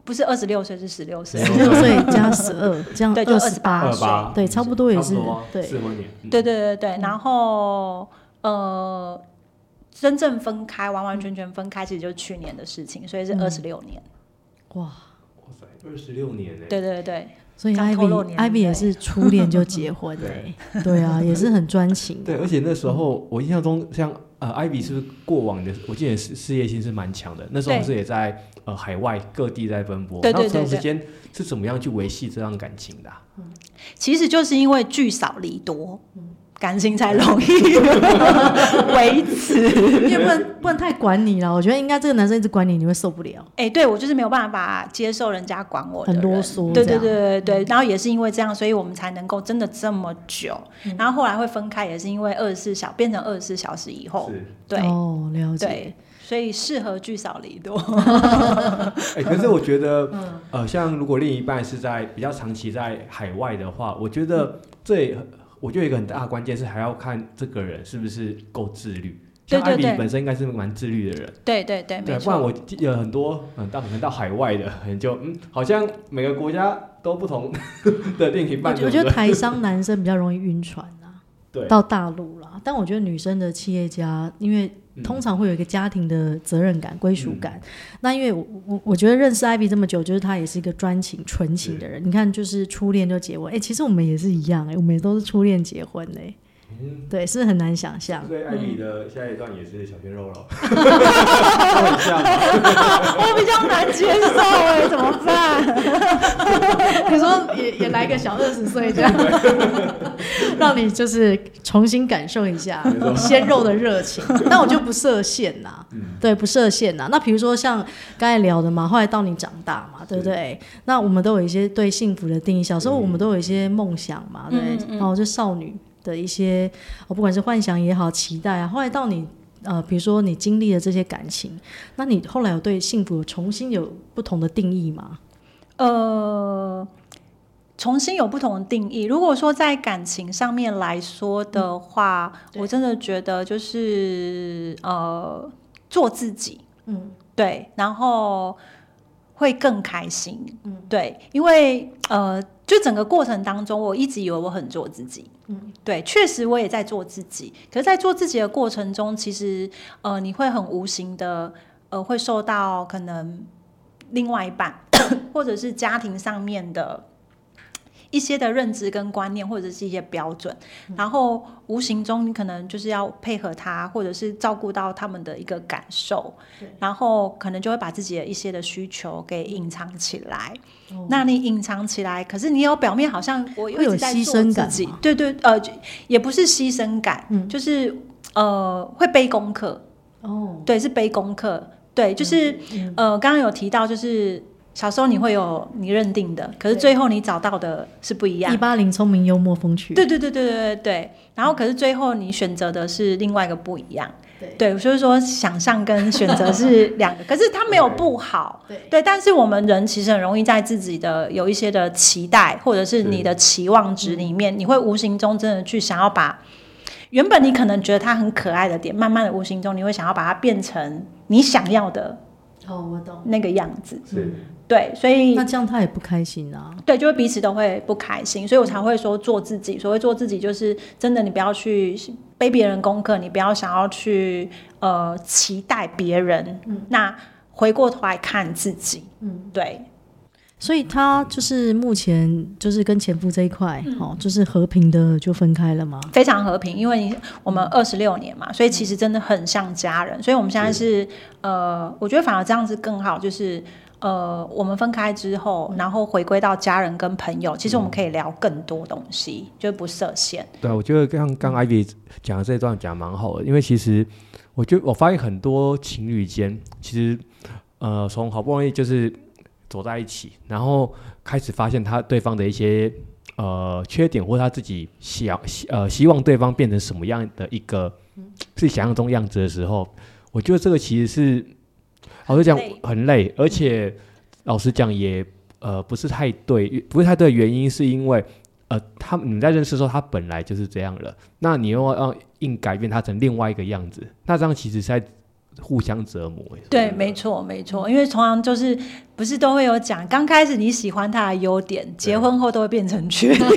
[SPEAKER 3] 不是二十六岁是十六岁
[SPEAKER 2] 对，
[SPEAKER 1] 十六岁加十二，这样
[SPEAKER 3] 对就
[SPEAKER 1] 十 八
[SPEAKER 3] 28
[SPEAKER 2] 二。八，
[SPEAKER 1] 对差不多也是
[SPEAKER 2] 差不啊
[SPEAKER 1] 对
[SPEAKER 2] 四五年，嗯
[SPEAKER 3] 对对对对，然后呃，真正分开，完完全全分开，其实就是去年的事情，所以是
[SPEAKER 1] 嗯
[SPEAKER 3] 二十六年。
[SPEAKER 1] 哇，
[SPEAKER 2] 哇塞，二十六年哎，
[SPEAKER 3] 对对对
[SPEAKER 1] 所以
[SPEAKER 3] 刚透露
[SPEAKER 1] Ivy
[SPEAKER 3] 年
[SPEAKER 1] Ivy
[SPEAKER 3] 龄
[SPEAKER 1] 也是初恋就结婚哎、对啊，也是很专情。
[SPEAKER 2] 对，而且那时候我印象中像，呃，艾比是不是过往的，我记得事事业心是蛮强的。那时候
[SPEAKER 3] 对
[SPEAKER 2] 不是也在呃海外各地在奔波，
[SPEAKER 3] 对对
[SPEAKER 2] 那
[SPEAKER 3] 对
[SPEAKER 2] 长时
[SPEAKER 3] 对
[SPEAKER 2] 间是怎么样去维系这段感情的啊、
[SPEAKER 3] 对，其实就是因为聚少离多，感情才容 易维持。
[SPEAKER 1] 因为不能不能太管你了，我觉得应该这个男生一直管你，你会受不了，
[SPEAKER 3] 哎、对我就是没有办法接受人家管我的
[SPEAKER 1] 很
[SPEAKER 3] 人，
[SPEAKER 1] 啰嗦。
[SPEAKER 3] 对
[SPEAKER 1] 这样，
[SPEAKER 3] 对
[SPEAKER 1] 嗯
[SPEAKER 3] 对对对，然后也是因为这样，所以我们才能够真的这么久。
[SPEAKER 1] 嗯
[SPEAKER 3] 然后后来会分开，也是因为二十四小变成二十四小时以后，
[SPEAKER 2] 是，
[SPEAKER 3] 对、
[SPEAKER 1] 哦，了解。
[SPEAKER 3] 对，所以适合聚少离多。
[SPEAKER 2] 哎、可是我觉得，呃，像如果另一半是在比较长期在海外的话，我觉得这也我觉得有一个很大的关键是还要看这个人是不是够自律。像艾
[SPEAKER 3] 对对
[SPEAKER 2] 比
[SPEAKER 3] 对
[SPEAKER 2] 本身应该是蛮自律的人，
[SPEAKER 3] 对对对，没
[SPEAKER 2] 对，不
[SPEAKER 3] 错
[SPEAKER 2] 然。我记有很多嗯到可能到海外的，可能就嗯好像每个国家都不同的另一
[SPEAKER 1] 我
[SPEAKER 2] 半，
[SPEAKER 1] 觉我觉
[SPEAKER 2] 对不
[SPEAKER 1] 得
[SPEAKER 2] 对
[SPEAKER 1] 台商男生比较容易晕船啊，
[SPEAKER 2] 对
[SPEAKER 1] 到大陆啦。但我觉得女生的企业家，因为
[SPEAKER 2] 嗯
[SPEAKER 1] 通常会有一个家庭的责任感、归属感。那因为我我我觉得认识艾比这么久，就是她也是一个专情、纯情的人。你看，就是初恋就结婚，哎、其实我们也是一样、哎，我们也都是初恋结婚嘞、
[SPEAKER 2] 嗯
[SPEAKER 1] 对，是很难想象。
[SPEAKER 2] 所以艾米的下一段也是小鲜肉了，很像吗。
[SPEAKER 3] 我比较难接受哎、怎么 办？
[SPEAKER 1] 你说也也来个小二十岁这 样，让你就是重新感受一下
[SPEAKER 2] 没错
[SPEAKER 1] 鲜肉的热 情。那我就不设限呐、
[SPEAKER 2] 嗯
[SPEAKER 1] 对，不设限呐、那比如说像刚才聊的嘛，后来到你长大嘛，对不对？那我们都有一些对幸福的定义，小时候我们都有一些梦想嘛，对，
[SPEAKER 3] 嗯嗯嗯
[SPEAKER 1] 然后就少女的一些，哦，不管是幻想也好，期待啊，后来到你。呃，比如说你经历了这些感情，那你后来有对幸福有重新有不同的定义吗？
[SPEAKER 3] 呃，重新有不同的定义。如果说在感情上面来说的话，
[SPEAKER 1] 嗯对
[SPEAKER 3] 我真的觉得就是呃，做自己，
[SPEAKER 1] 嗯，
[SPEAKER 3] 对，然后会更开心，
[SPEAKER 1] 嗯
[SPEAKER 3] 对，因为呃，就整个过程当中，我一直以为我很做自己，
[SPEAKER 1] 嗯，
[SPEAKER 3] 对，确实我也在做自己，可是，在做自己的过程中，其实呃，你会很无形的呃，会受到可能另外一半 或者是家庭上面的。一些的认知跟观念，或者是一些标准，
[SPEAKER 1] 嗯
[SPEAKER 3] 然后无形中你可能就是要配合他，或者是照顾到他们的一个感受，然后可能就会把自己的一些的需求给隐藏起来。
[SPEAKER 1] 哦
[SPEAKER 3] 那你隐藏起来，可是你有表面好像我一
[SPEAKER 1] 会有
[SPEAKER 3] 直在
[SPEAKER 1] 牺
[SPEAKER 3] 做
[SPEAKER 1] 牲
[SPEAKER 3] 自
[SPEAKER 1] 感
[SPEAKER 3] 己
[SPEAKER 1] 吗
[SPEAKER 3] 对对，呃，就也不是牺牲感，
[SPEAKER 1] 嗯
[SPEAKER 3] 就是呃会背功课，
[SPEAKER 1] 哦，
[SPEAKER 3] 对，是背功课，对，就是、
[SPEAKER 1] 嗯
[SPEAKER 3] 呃刚刚有提到就是。小时候你会有你认定的，可是
[SPEAKER 1] 对
[SPEAKER 3] 最后你找到的是不一样
[SPEAKER 1] 一。八零聪明幽默风趣，
[SPEAKER 3] 对对对对对对对。然后可是最后你选择的是另外一个不一样。
[SPEAKER 1] 对
[SPEAKER 3] 对，所以说想象跟选择是两个，可是它没有不好。
[SPEAKER 1] 对
[SPEAKER 3] 对，但是我们人其实很容易在自己的有一些的期待，或者是你的期望值里面，你会无形中真的去想要把原本你可能觉得它很可爱的点，慢慢的无形中你会想要把它变成你想要的
[SPEAKER 1] 哦，我懂。
[SPEAKER 3] 那个样子。
[SPEAKER 2] 是，
[SPEAKER 3] 对，所以
[SPEAKER 1] 那这样他也不开心啊。
[SPEAKER 3] 对，就会彼此都会不开心，所以我才会说做自己。所谓做自己，就是真的，你不要去背别人功课，你不要想要去呃期待别人。那回过头来看自己，
[SPEAKER 1] 嗯，
[SPEAKER 3] 对，
[SPEAKER 1] 所以他就是目前就是跟前夫这一块，哦，就是和平的就分开了嘛。
[SPEAKER 3] 非常和平，因为你我们二十六年嘛，所以其实真的很像家人。所以我们现在是呃，我觉得反而这样子更好，就是。呃，我们分开之后，然后回归到家人跟朋友，其实我们可以聊更多东西，就不设限。
[SPEAKER 2] 对，啊我觉得刚刚
[SPEAKER 3] 嗯
[SPEAKER 2] 艾比讲的这段讲得蛮好的，因为其实我觉得我发现很多情侣间其实呃从好不容易就是走在一起，然后开始发现他对方的一些呃缺点，或他自己想希呃希望对方变成什么样的一个
[SPEAKER 3] 嗯
[SPEAKER 2] 自己想象中样子的时候，我觉得这个其实是老实讲
[SPEAKER 3] 很累
[SPEAKER 2] 很累，而且老实讲也呃不是太对，不是太对，原因是因为呃他你们在认识的时候他本来就是这样了，那你又要硬改变他成另外一个样子，那这样其实是在互相折磨。欸
[SPEAKER 3] 对，啊没错，没错，因为通常就是不是都会有讲，刚开始你喜欢他的优点，结婚后都会变成缺点，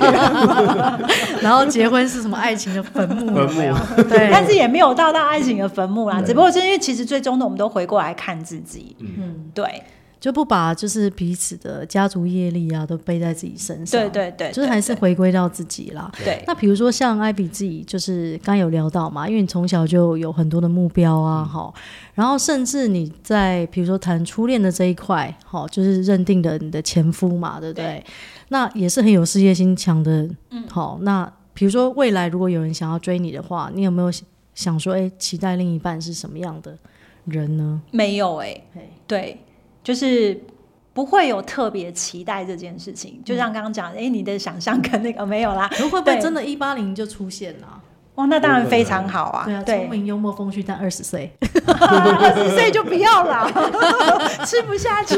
[SPEAKER 1] 然后结婚是什么爱情的坟墓？
[SPEAKER 2] 坟
[SPEAKER 1] 有没有 对，
[SPEAKER 3] 但是也没有到到爱情的坟墓啦。
[SPEAKER 2] 对
[SPEAKER 3] 只不过是因为其实最终的我们都回过来看自己，嗯，对，
[SPEAKER 1] 就不把就是彼此的家族业力啊都背在自己身上。
[SPEAKER 3] 对对对，
[SPEAKER 1] 就是还是
[SPEAKER 3] 对
[SPEAKER 1] 回归到自己啦。
[SPEAKER 3] 对
[SPEAKER 1] 那比如说像艾比自己，就是刚有聊到嘛，因为你从小就有很多的目标啊，哈、然后甚至你在比如说谈初恋的这一块，哈，就是认定的你的前夫嘛，对不对？
[SPEAKER 3] 对
[SPEAKER 1] 那也是很有事业心强的，嗯，好，那比如说未来如果有人想要追你的话，你有没有想说，哎，期待另一半是什么样的人 呢？
[SPEAKER 3] 没有哎、
[SPEAKER 1] 嘿
[SPEAKER 3] 对，就是不会有特别期待这件事情。
[SPEAKER 1] 嗯
[SPEAKER 3] 就像刚刚讲，哎、你的想象跟那个 没有啦，
[SPEAKER 1] 可会不会
[SPEAKER 3] 对
[SPEAKER 1] 真的180就出现了、
[SPEAKER 3] 哇，那当然非常好啊，
[SPEAKER 1] 对啊，聪 明、幽默、风趣，但二十岁，
[SPEAKER 3] 二十岁就不要了， 吃不下去，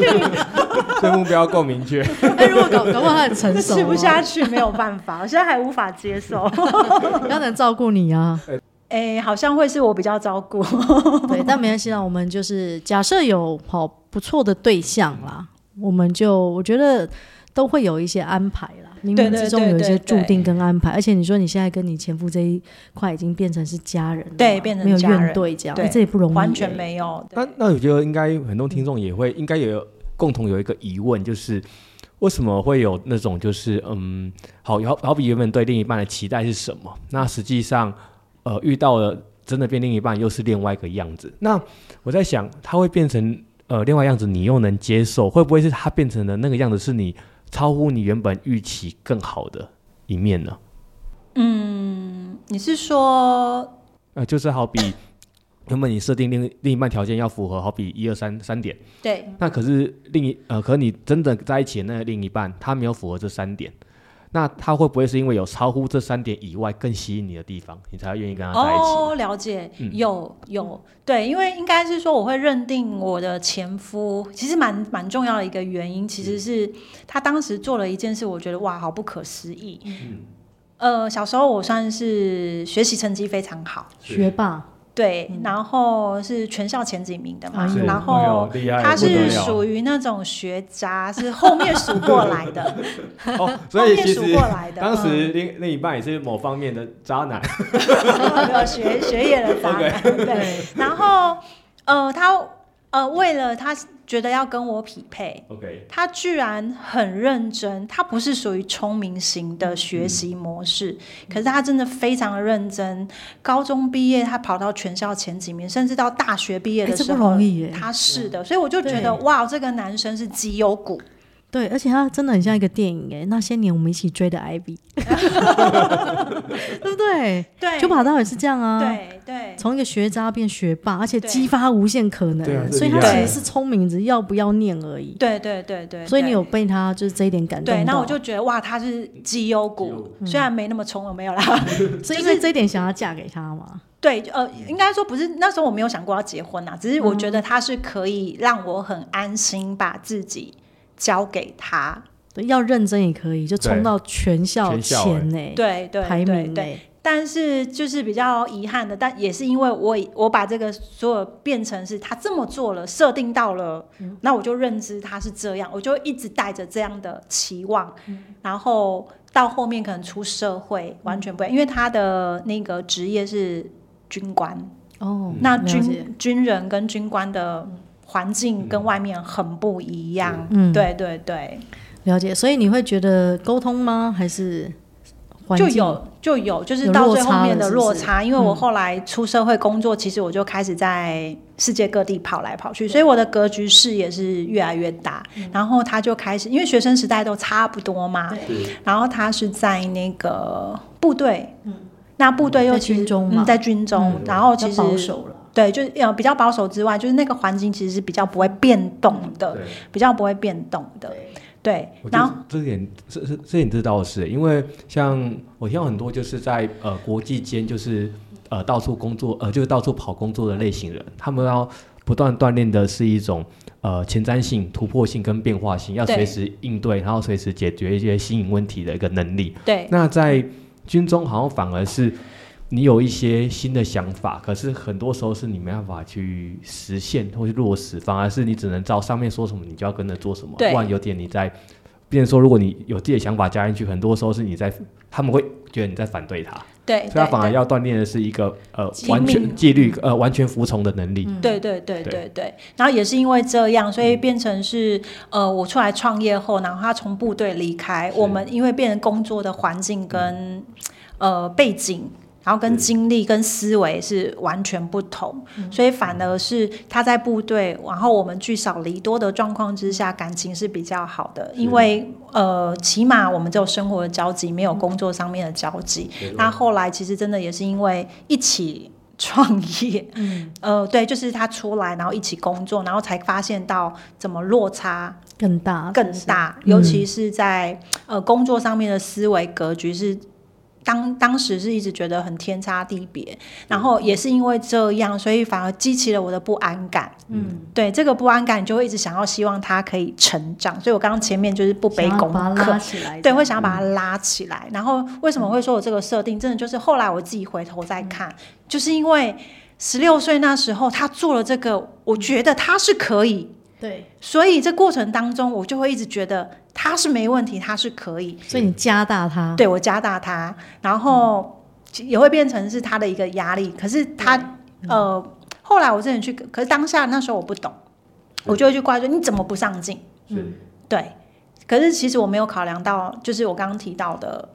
[SPEAKER 2] 所以目标够明确。
[SPEAKER 1] 哎， 如果搞搞不好他很成 熟、啊
[SPEAKER 3] 吃不下去没有办法，我现在还无法 接受。
[SPEAKER 1] 要能照顾你啊，
[SPEAKER 3] 哎、好像会是我比较照顾，
[SPEAKER 1] 对，但没关系啦，我们就是假设有好不错的对象啦，我们就我觉得都会有一些安排啦，冥
[SPEAKER 3] 对
[SPEAKER 1] 冥
[SPEAKER 3] 对
[SPEAKER 1] 之中
[SPEAKER 3] 对
[SPEAKER 1] 有一
[SPEAKER 3] 对
[SPEAKER 1] 些注
[SPEAKER 3] 对
[SPEAKER 1] 定跟安排，而且你说你现在跟你前夫这一块已经变成是家人了嘛，
[SPEAKER 3] 对变成
[SPEAKER 1] 没有
[SPEAKER 3] 家
[SPEAKER 1] 怨
[SPEAKER 3] 人
[SPEAKER 1] 对这样，
[SPEAKER 3] 对
[SPEAKER 1] 哎这也不容易、
[SPEAKER 3] 完全。没有。对
[SPEAKER 2] 那那我觉得应该很多听众也会，应该也有共同有一个疑问，就是为什么会有那种就是嗯，好好好比原本对另一半的期待是什么，那实际上呃遇到了真的变另一半又是另外一个样子。那我在想，他会变成呃另外样子，你又能接受，会不会是他变成的那个样子是你超乎你原本预期更好的一面呢？
[SPEAKER 3] 你是说，
[SPEAKER 2] 呃，就是好比原本你设定另另一半条件要符合，好比一二三三点。
[SPEAKER 3] 对
[SPEAKER 2] 那可是另一呃，可你真的在一起的那个另一半，他没有符合这三点，那他会不会是因为有超乎这三点以外更吸引你的地方，你才愿意跟他在一起？嗯
[SPEAKER 3] 哦，了解，有有，对，因为应该是说我会认定我的前夫，其实蛮蛮重要的一个原因，其
[SPEAKER 2] 嗯
[SPEAKER 3] 实是他当时做了一件事，我觉得哇，好不可思议。
[SPEAKER 2] 嗯
[SPEAKER 3] 呃，小时候我算是学习成绩非常好，
[SPEAKER 1] 学霸，
[SPEAKER 3] 对，
[SPEAKER 2] 嗯
[SPEAKER 3] 然后是全校前几名的
[SPEAKER 2] 啊
[SPEAKER 3] 嘛，
[SPEAKER 1] 哎呦
[SPEAKER 3] 然后。
[SPEAKER 2] 厉
[SPEAKER 3] 他是属于那种学渣，是后面数过 来的，
[SPEAKER 2] 哦，
[SPEAKER 3] 后
[SPEAKER 2] 所以
[SPEAKER 3] 面
[SPEAKER 2] 其
[SPEAKER 3] 数
[SPEAKER 2] 实
[SPEAKER 3] 过来的，
[SPEAKER 2] 当
[SPEAKER 3] 嗯
[SPEAKER 2] 时另另一半也是某方面的渣男，
[SPEAKER 3] 没有学学业的渣 男，
[SPEAKER 1] 哎
[SPEAKER 3] 对。然后呃，他呃，为了他觉得要跟我匹配，
[SPEAKER 2] OK，
[SPEAKER 3] 他居然很认真。他不是属于聪明型的
[SPEAKER 1] 嗯
[SPEAKER 3] 学习模式，可是他真的非常的认真。高中毕业，他跑到全校前几名，甚至到大学毕业
[SPEAKER 1] 哎
[SPEAKER 3] 的
[SPEAKER 1] 这
[SPEAKER 3] 时
[SPEAKER 1] 不
[SPEAKER 3] 候，
[SPEAKER 1] 容易耶。
[SPEAKER 3] 他是的，所以我就觉得
[SPEAKER 1] 对
[SPEAKER 3] 哇，这个男生是绩优股。
[SPEAKER 1] 对，而且他真的很像一个电影哎，那些年我们一起追的 Ivy，对不对？
[SPEAKER 3] 对，
[SPEAKER 1] 九把刀也是这样啊。。
[SPEAKER 3] 对对
[SPEAKER 1] 从一个学渣变学霸，而且
[SPEAKER 3] 对
[SPEAKER 1] 激发无限可能，
[SPEAKER 2] 对啊这
[SPEAKER 1] 所以他
[SPEAKER 2] 厉
[SPEAKER 1] 其
[SPEAKER 3] 害
[SPEAKER 1] 实是聪明，只是要不要念而已。
[SPEAKER 3] 对对对对，
[SPEAKER 1] 所以你
[SPEAKER 3] 对
[SPEAKER 1] 有被他就是这一点感动
[SPEAKER 3] 对，那
[SPEAKER 1] 到
[SPEAKER 3] 我就觉得哇，他是绩优股，虽然没那么冲，没有啦，
[SPEAKER 1] 所以因为这一点想要嫁给他嘛。
[SPEAKER 3] 对，呃，
[SPEAKER 1] 嗯
[SPEAKER 3] 应该说不是那时候我没有想过要结婚啊，只是我觉得他是可以让我很安心把自己交给他。
[SPEAKER 1] 对，要认真也可以，就冲
[SPEAKER 2] 对
[SPEAKER 1] 到全校
[SPEAKER 2] 全校欸
[SPEAKER 1] 前呢、欸
[SPEAKER 3] 对对
[SPEAKER 1] 排
[SPEAKER 3] 对
[SPEAKER 1] 名呢、欸
[SPEAKER 3] 对，但是就是比较遗憾的，但也是因为我以我把这个所有变成是他这么做了，设定到了，
[SPEAKER 1] 嗯
[SPEAKER 3] 那我就认知他是这样，我就一直带着这样的期望，
[SPEAKER 1] 嗯
[SPEAKER 3] 然后到后面可能出社会完全不一样，因为他的那个职业是军官，
[SPEAKER 2] 嗯
[SPEAKER 1] 哦，
[SPEAKER 3] 那
[SPEAKER 1] 了解
[SPEAKER 3] 军军人跟军官的环境跟外面很不一样。
[SPEAKER 1] 嗯
[SPEAKER 3] 对对对，
[SPEAKER 1] 了解，所以你会觉得沟通吗？还是环
[SPEAKER 3] 就
[SPEAKER 1] 境
[SPEAKER 3] 有就有，就是
[SPEAKER 1] 有
[SPEAKER 3] 到
[SPEAKER 1] 落
[SPEAKER 3] 最后
[SPEAKER 1] 差
[SPEAKER 3] 面
[SPEAKER 1] 了
[SPEAKER 3] 的
[SPEAKER 1] 是不嗯
[SPEAKER 3] 落
[SPEAKER 1] 是
[SPEAKER 3] 差，因为我后来出社会工作，其实我就开始在世界各地跑来
[SPEAKER 1] 嗯
[SPEAKER 3] 跑去，所以我的格局视野是越来越大。然后他就开始，因为学生时代都差不多
[SPEAKER 2] 哎
[SPEAKER 3] 嘛，然后他是在那个部队，那部队
[SPEAKER 1] 嗯
[SPEAKER 3] 又
[SPEAKER 1] 在
[SPEAKER 3] 其实
[SPEAKER 1] 军中嘛
[SPEAKER 3] 嗯在军中，然后其
[SPEAKER 1] 比
[SPEAKER 3] 实
[SPEAKER 1] 较保守了，
[SPEAKER 3] 对，就是呃比较保守之外，就是那个环境其实是比较不会变动的，
[SPEAKER 2] 对
[SPEAKER 3] 比较不会变动的。对，
[SPEAKER 2] 我觉
[SPEAKER 3] 然后
[SPEAKER 2] 得这点这这这点知道是，欸因为像我听到很多就是在呃国际间就是呃到处工作呃就是到处跑工作的类型人，他们要不断锻炼的是一种呃前瞻性、突破性跟变化性，要
[SPEAKER 3] 对
[SPEAKER 2] 随时应对，然后随时解决一些新颖问题的一个能力。
[SPEAKER 3] 对
[SPEAKER 2] 那在军中好像反而是你有一些新的想法，可是很多时候是你没办法去实现或是落实，反而是你只能照上面说什么，你就要跟着做什么，不
[SPEAKER 3] 对
[SPEAKER 2] 然有点你在。变成说，如果你有自己的想法加进去，很多时候是你在，他们会觉得你在反对他，
[SPEAKER 3] 对，
[SPEAKER 2] 所以他
[SPEAKER 3] 哎对
[SPEAKER 2] 反而
[SPEAKER 3] 对
[SPEAKER 2] 要锻炼的是一个呃
[SPEAKER 3] 机
[SPEAKER 2] 完全
[SPEAKER 3] 敏
[SPEAKER 2] 纪律呃完全服从的能力。
[SPEAKER 3] 对对对
[SPEAKER 2] 对
[SPEAKER 3] 对对，然后也是因为这样，所以变成是呃，我出来创业后，然后他从部队离开，
[SPEAKER 2] 是
[SPEAKER 3] 我们因为变成工作的环境跟呃背景。然后跟经历跟思维是完全不同，所以反而是他在部队，然后我们聚少离多的状况之下，感情是比较好的，因为呃，起码我们只有生活的交集，没有工作上面的交集。那后来其实真的也是因为一起创业，
[SPEAKER 1] 嗯，
[SPEAKER 3] 呃，对，就是他出来，然后一起工作，然后才发现到怎么落差
[SPEAKER 1] 更大
[SPEAKER 3] 更
[SPEAKER 1] 是
[SPEAKER 3] 大，
[SPEAKER 1] 嗯
[SPEAKER 3] 尤其是在呃工作上面的思维格局是。当当时是一直觉得很天差地别，然后也是因为这样，所以反而激起了我的不安感。
[SPEAKER 1] 嗯，
[SPEAKER 3] 对这个不安感，你就会一直想要希望他可以成长。所以我刚刚前面就是不卑
[SPEAKER 1] 想要
[SPEAKER 3] 躬
[SPEAKER 1] 把它
[SPEAKER 3] 克
[SPEAKER 1] 拉，起来，
[SPEAKER 3] 对，会想要把它拉起来。然后为什么会说我这个设定，真的就是后来我自己回头再看，就是因为十六岁那时候他做了这个，我觉得他是可以，
[SPEAKER 1] 对，
[SPEAKER 3] 所以这过程当中我就会一直觉得他是没问题，他是可以，
[SPEAKER 1] 所以你加大它，
[SPEAKER 3] 对我加大他，然后也会变成是他的一个压力。可是他呃，后来我真的去，可是当下那时候我不懂，我就会去怪罪你怎么不上进。
[SPEAKER 2] 是
[SPEAKER 3] 嗯对，可是其实我没有考量到，就是我刚刚提到的，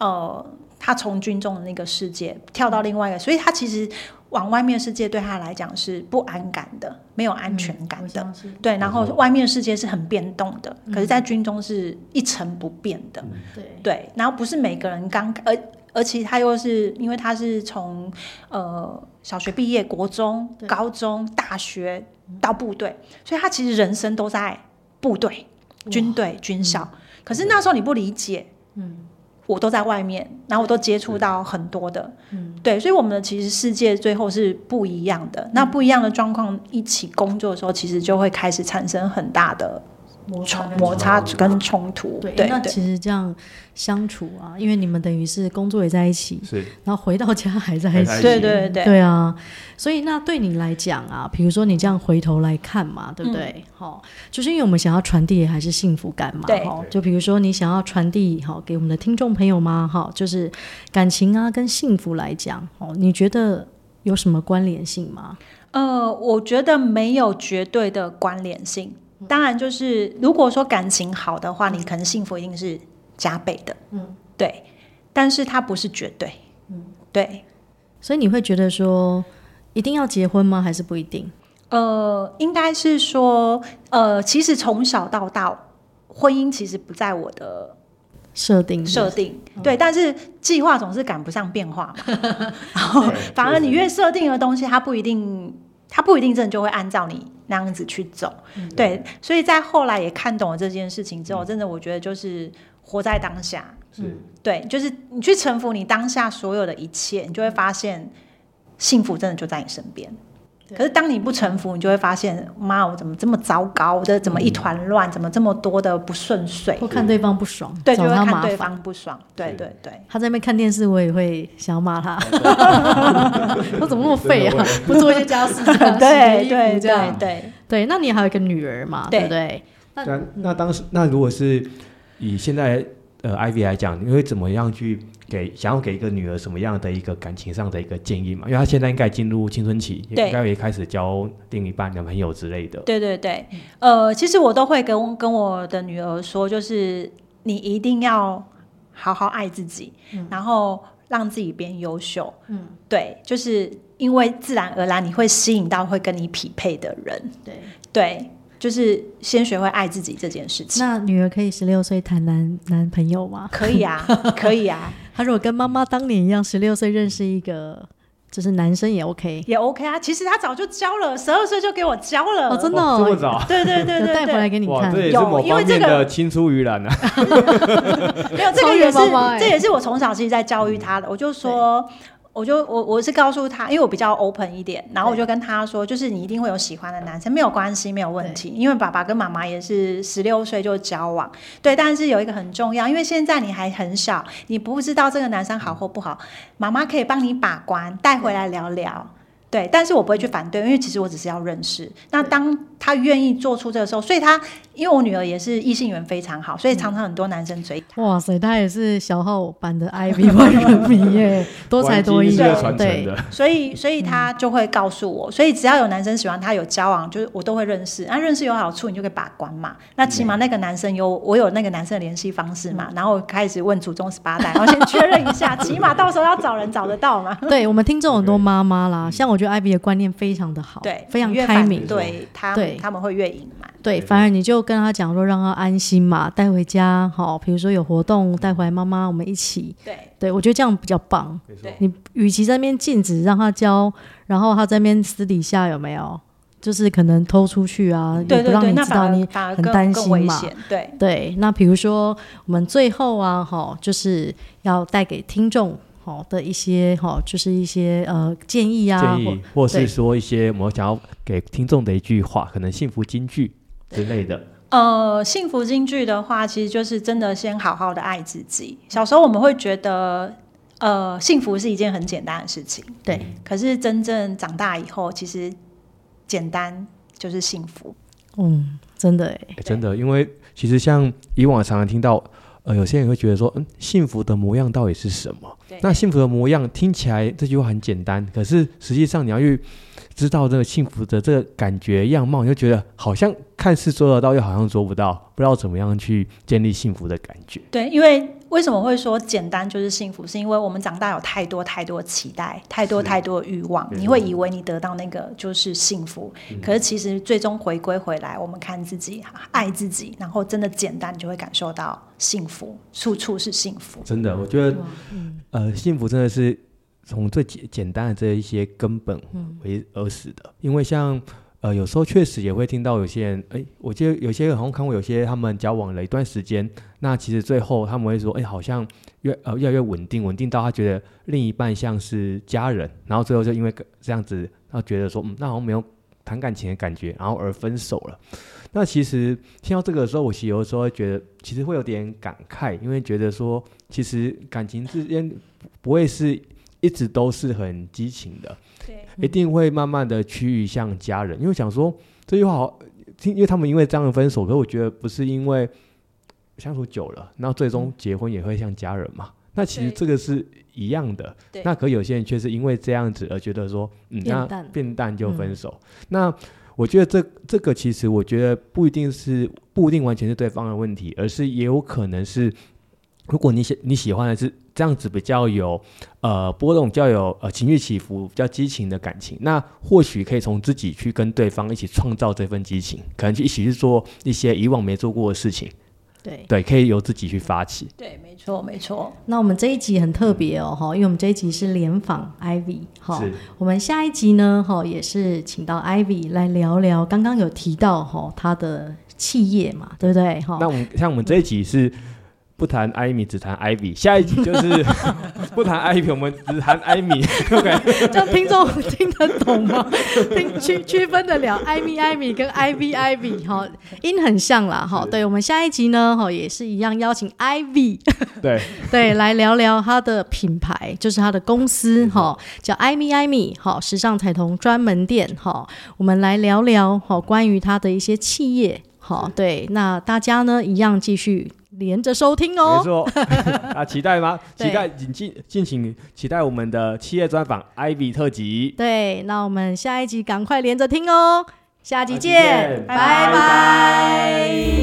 [SPEAKER 3] 呃，他从军中的那个世界跳到另外一个，所以他其实往外面世界对他来讲是不安感的，没有安全感
[SPEAKER 1] 嗯我嗯
[SPEAKER 3] 的。
[SPEAKER 1] 相信
[SPEAKER 3] 对，然后
[SPEAKER 2] 没错
[SPEAKER 3] 外面世界是很变动的，可是，在军中是一成不变的。
[SPEAKER 1] 对，
[SPEAKER 3] 对，然后不是每个人刚，而而且他又是因为他是从呃小学毕业、国中、
[SPEAKER 1] 对
[SPEAKER 3] 高中、大学到部队，所以他其实人生都在部队、军队、军校。可是那时候你不理解，
[SPEAKER 1] 嗯
[SPEAKER 3] 我都在外面，然后我都接触到很多的，
[SPEAKER 1] 嗯，
[SPEAKER 3] 对，所以我们的其实世界最后是不一样的。那不一样的状况一起工作的时候，其实就会开始产生很大的
[SPEAKER 1] 摩
[SPEAKER 3] 冲
[SPEAKER 1] 擦跟
[SPEAKER 3] 摩
[SPEAKER 1] 冲
[SPEAKER 3] 擦
[SPEAKER 2] 突
[SPEAKER 3] 跟冲突。
[SPEAKER 1] 对，
[SPEAKER 3] 对
[SPEAKER 1] 那
[SPEAKER 3] 对
[SPEAKER 1] 其实这样相处啊，因为你们等于是工作也在一起，
[SPEAKER 2] 是
[SPEAKER 1] 然后回到家还在
[SPEAKER 2] 还
[SPEAKER 1] 一
[SPEAKER 2] 在
[SPEAKER 1] 起，
[SPEAKER 2] 一
[SPEAKER 3] 对对对。
[SPEAKER 1] 对啊，所以那对你来讲啊，比如说你这样回头来看嘛，
[SPEAKER 3] 嗯
[SPEAKER 1] 对不对？好、就是因为我们想要传递的还是幸福感嘛，
[SPEAKER 3] 对
[SPEAKER 1] 齁就比如说你想要传递好给我们的听众朋友嘛，哈，就是感情啊跟幸福来讲，哦，你觉得有什么关联性吗？
[SPEAKER 3] 呃，我觉得没有绝对的关联性。
[SPEAKER 1] 嗯
[SPEAKER 3] 当然，就是如果说感情好的话，你可能幸福一定是加倍的。
[SPEAKER 1] 嗯，
[SPEAKER 3] 对。但是它不是绝对。嗯，对。
[SPEAKER 1] 所以你会觉得说一定要结婚吗？还是不一定？
[SPEAKER 3] 呃，应该是说，呃，其实从小到大，婚姻其实不在我的
[SPEAKER 1] 设
[SPEAKER 2] 嗯
[SPEAKER 1] 定
[SPEAKER 3] 设定，对。但是计划总是赶不上变化 嘛，然后
[SPEAKER 2] 对
[SPEAKER 3] 反而
[SPEAKER 2] 确
[SPEAKER 3] 你
[SPEAKER 2] 实
[SPEAKER 3] 越设定的东西，它不一定，它不一定真的就会按照你那样子去走。
[SPEAKER 2] 嗯
[SPEAKER 3] 对，所以在后来也看懂了这件事情之后，真的我觉得就是活在当下。
[SPEAKER 2] 是
[SPEAKER 3] 对，就是你去臣服你当下所有的一切，你就会发现幸福真的就在你身边。
[SPEAKER 1] 对
[SPEAKER 3] 可是当你不臣服，你就会发现，妈，我怎么这么糟糕？我这怎么一团乱？怎么这么多的不顺遂？
[SPEAKER 1] 或看对方不爽，
[SPEAKER 3] 对，就
[SPEAKER 1] 找
[SPEAKER 3] 会
[SPEAKER 1] 他
[SPEAKER 3] 看
[SPEAKER 1] 麻
[SPEAKER 3] 对
[SPEAKER 1] 烦。
[SPEAKER 3] 方不爽。对
[SPEAKER 2] 是
[SPEAKER 3] 对对，
[SPEAKER 1] 他在那边看电视，我也会想要骂 他。他怎么那么废啊？不做一些家 事，这样
[SPEAKER 3] 对
[SPEAKER 1] 洗个衣服
[SPEAKER 3] 对
[SPEAKER 1] 这样
[SPEAKER 3] 对对，
[SPEAKER 1] 对，那你还有一个女儿嘛，对
[SPEAKER 3] 对
[SPEAKER 1] 不对？那
[SPEAKER 2] 那那当时那如果是以现在呃 Ivy 来讲，你会怎么样去给想要给一个女儿什么样的一个感情上的一个建议嘛？因为她现在应该进入青春期，也
[SPEAKER 3] 对
[SPEAKER 2] 应该也开始交另一半男朋友之类的。
[SPEAKER 3] 对对对，
[SPEAKER 1] 嗯
[SPEAKER 3] 呃，其实我都会跟跟我的女儿说，就是你一定要好好爱自己，然后让自己变优秀。
[SPEAKER 1] 嗯
[SPEAKER 3] 嗯，对，就是因为自然而然你会吸引到会跟你匹配的人。
[SPEAKER 1] 对，
[SPEAKER 3] 对，就是先学会爱自己这件事情。
[SPEAKER 1] 那女儿可以十六岁谈男男朋友吗？
[SPEAKER 3] 可以啊，可以啊，
[SPEAKER 1] 她如果跟妈妈当年一样，十六岁认识一个就是男生也 OK
[SPEAKER 3] 也 OK 啊。其实他早就交了，十二岁就给我交了。
[SPEAKER 1] 哦，真的
[SPEAKER 2] 哇这么
[SPEAKER 1] 哦，
[SPEAKER 2] 早。
[SPEAKER 3] 对对对
[SPEAKER 1] 有
[SPEAKER 3] 对
[SPEAKER 1] 带回来
[SPEAKER 3] 对，
[SPEAKER 1] 给你
[SPEAKER 2] 哇，
[SPEAKER 1] 看
[SPEAKER 2] 这。也是
[SPEAKER 3] 有
[SPEAKER 2] 某
[SPEAKER 3] 因为
[SPEAKER 2] 方面
[SPEAKER 3] 这个
[SPEAKER 2] 的青出于蓝啊！
[SPEAKER 3] 没有这
[SPEAKER 1] 超
[SPEAKER 3] 个
[SPEAKER 1] 越
[SPEAKER 3] 也是
[SPEAKER 1] 妈妈欸嗯
[SPEAKER 3] 这也是我从小其实在教育他的。我就说，我就我我是告诉他，因为我比较 open 一点，然后我就跟他说，就是你一定会有喜欢的男生，没有关系，没有问题，因为爸爸跟妈妈也是十六岁就交往，对，但是有一个很重要，因为现在你还很小，你不知道这个男生好或不好，妈妈可以帮你把关，带回来聊聊。对，但是我不会去反对，因为其实我只是要认识。那当他愿意做出这个时候，所以他因为我女儿也是异性缘非常好，所
[SPEAKER 1] 嗯
[SPEAKER 3] 以常常很多男生追
[SPEAKER 1] 哇塞，他也是小号版的 IV 万人迷 耶，多才多艺
[SPEAKER 2] 关系是
[SPEAKER 3] 对
[SPEAKER 2] 要
[SPEAKER 1] 啊，
[SPEAKER 2] 传承
[SPEAKER 1] 对
[SPEAKER 2] 的，
[SPEAKER 3] 所以，所以
[SPEAKER 1] 嗯
[SPEAKER 3] 他就会告诉我，所以只要有男生喜欢他有交往，就是我都会认识。那、认识有好处，你就可以把关嘛。那起
[SPEAKER 1] 嗯
[SPEAKER 3] 码那个男生有我有那个男生的联系方式嘛，然后开始问祖宗十八代，然后先确认 一下，起码到时候要找人找得到 嘛。
[SPEAKER 1] 对我们听众很多妈妈啦，像我觉得 IV 的观念非常的好，
[SPEAKER 3] 嗯对，
[SPEAKER 1] 哦非常
[SPEAKER 3] 越
[SPEAKER 1] 开
[SPEAKER 3] 反
[SPEAKER 1] 明，
[SPEAKER 3] 对他
[SPEAKER 1] 对
[SPEAKER 3] 他们会越隐瞒。
[SPEAKER 1] 对，反而你就跟他讲说，让他安心嘛，带回家，好，比如说有活动带回来，妈妈我们一起，
[SPEAKER 3] 对
[SPEAKER 1] 对我觉得这样比较棒。
[SPEAKER 3] 对
[SPEAKER 1] 你与其在那边禁止让他教，然后他在那边私底下有没有，就是可能偷出去啊，
[SPEAKER 3] 对
[SPEAKER 1] 也不
[SPEAKER 3] 对
[SPEAKER 1] 让
[SPEAKER 3] 对，
[SPEAKER 1] 你
[SPEAKER 3] 那
[SPEAKER 1] 知
[SPEAKER 3] 反
[SPEAKER 1] 道
[SPEAKER 3] 而
[SPEAKER 1] 你
[SPEAKER 3] 反而
[SPEAKER 1] 很
[SPEAKER 3] 更
[SPEAKER 1] 担
[SPEAKER 3] 更
[SPEAKER 1] 心
[SPEAKER 3] 危
[SPEAKER 1] 嘛
[SPEAKER 3] 险。对
[SPEAKER 1] 对，那比如说我们最后啊，哈，就是要带给听众好的一些哈，就是一些呃建议啊，
[SPEAKER 2] 建
[SPEAKER 1] 或
[SPEAKER 2] 议，或是
[SPEAKER 1] 对
[SPEAKER 2] 说一些我们想要给听众的一句话，可能幸福金句之类的。
[SPEAKER 3] 呃，幸福金句的话，其实就是真的先好好的爱自己。小时候我们会觉得，呃，幸福是一件很简单的事情。
[SPEAKER 1] 对，
[SPEAKER 3] 可是真正长大以后，其实简单就是幸福。
[SPEAKER 1] 嗯，真的哎、
[SPEAKER 2] 欸真的，因为其实像以往常常听到，呃，有些人会觉得说，嗯，幸福的模样到底是什么
[SPEAKER 3] 对？
[SPEAKER 2] 那幸福的模样听起来这句话很简单，可是实际上你要去知道这个幸福的这个感觉样貌，你就觉得好像看似做得到，又好像做不到，不知道怎么样去建立幸福的感觉。
[SPEAKER 3] 对，因为为什么会说简单就是幸福？是因为我们长大有太多太多期待，太多太多欲望，
[SPEAKER 2] 对
[SPEAKER 3] 你会以为你得到那个就是幸福，可是其实最终回归回来，我们看自己，爱自己，然后真的简单，你就会感受到幸福，处处是幸福。
[SPEAKER 2] 真的，我觉得
[SPEAKER 1] 哇，嗯，
[SPEAKER 2] 呃，幸福真的是从最简简单的这一些根本
[SPEAKER 1] 嗯
[SPEAKER 2] 为而死的，因为像呃，有时候确实也会听到有些人，哎，我记得有些人好像看过，有些他们交往了一段时间，那其实最后他们会说，哎，好像越呃越来越稳定，稳定到他觉得另一半像是家人，然后最后就因为这样子，他觉得说，嗯，那好像没有谈感情的感觉，然后而分手了。那其实听到这个的时候，我其实有的时候会觉得，其实会有点感慨，因为觉得说，其实感情之间不会是一直都是很激情的，
[SPEAKER 3] 对
[SPEAKER 2] 一定会慢慢的趋于向家人。因为我想说这句话好听，因为他们因为这样的分手，可是我觉得不是因为相处久了，那最终结婚也会像家人嘛。那其实
[SPEAKER 3] 对
[SPEAKER 2] 这个是一样的
[SPEAKER 3] 对，
[SPEAKER 2] 那可有些人却是因为这样子而觉得说，嗯，
[SPEAKER 1] 变
[SPEAKER 2] 那
[SPEAKER 1] 淡
[SPEAKER 2] 变淡就分
[SPEAKER 1] 嗯
[SPEAKER 2] 手。那我觉得这这个其实我觉得不一定是不一定完全是对方的问题，而是也有可能是如果你喜你喜欢的是这样子比较有呃波动、比较有呃情绪起伏、比较激情的感情，那或许可以从自己去跟对方一起创造这份激情，可能去一起去做一些以往没做过的事情，
[SPEAKER 1] 对。
[SPEAKER 2] 对，可以由自己去发起。
[SPEAKER 3] 对，没错，没错。
[SPEAKER 1] 那我们这一集很特别哦，哈，因为我们这一集是联访 Ivy，哈，我们下一集呢，哈，也是请到 Ivy 来聊聊，刚刚有提到哈，她的企业嘛，对不对？哈，
[SPEAKER 2] 那我们像我们这一集是不谈艾米，只谈艾比，下一集就是 不谈艾比，我们只谈艾米。OK，
[SPEAKER 1] 这样听众听得懂吗？ 听区区分得了艾米艾米跟 IV IV 哈，音很像啦哈。对我们下一集呢哈也是一样邀请 IV
[SPEAKER 2] 对，
[SPEAKER 1] 对来聊聊他的品牌，就是他的公司哈，叫艾米艾米哈时尚彩童专门店哈。我们来聊聊哈关于他的一些企业哈。对，那大家呢一样继续连着收听哦。
[SPEAKER 2] 没错。啊，期待吗？
[SPEAKER 1] 对
[SPEAKER 2] 期待，敬敬敬请期待我们的企业专访艾比特辑。
[SPEAKER 1] 对，那我们下一集赶快连着听哦，下集见，
[SPEAKER 2] 下集见
[SPEAKER 1] 拜拜。
[SPEAKER 2] 拜拜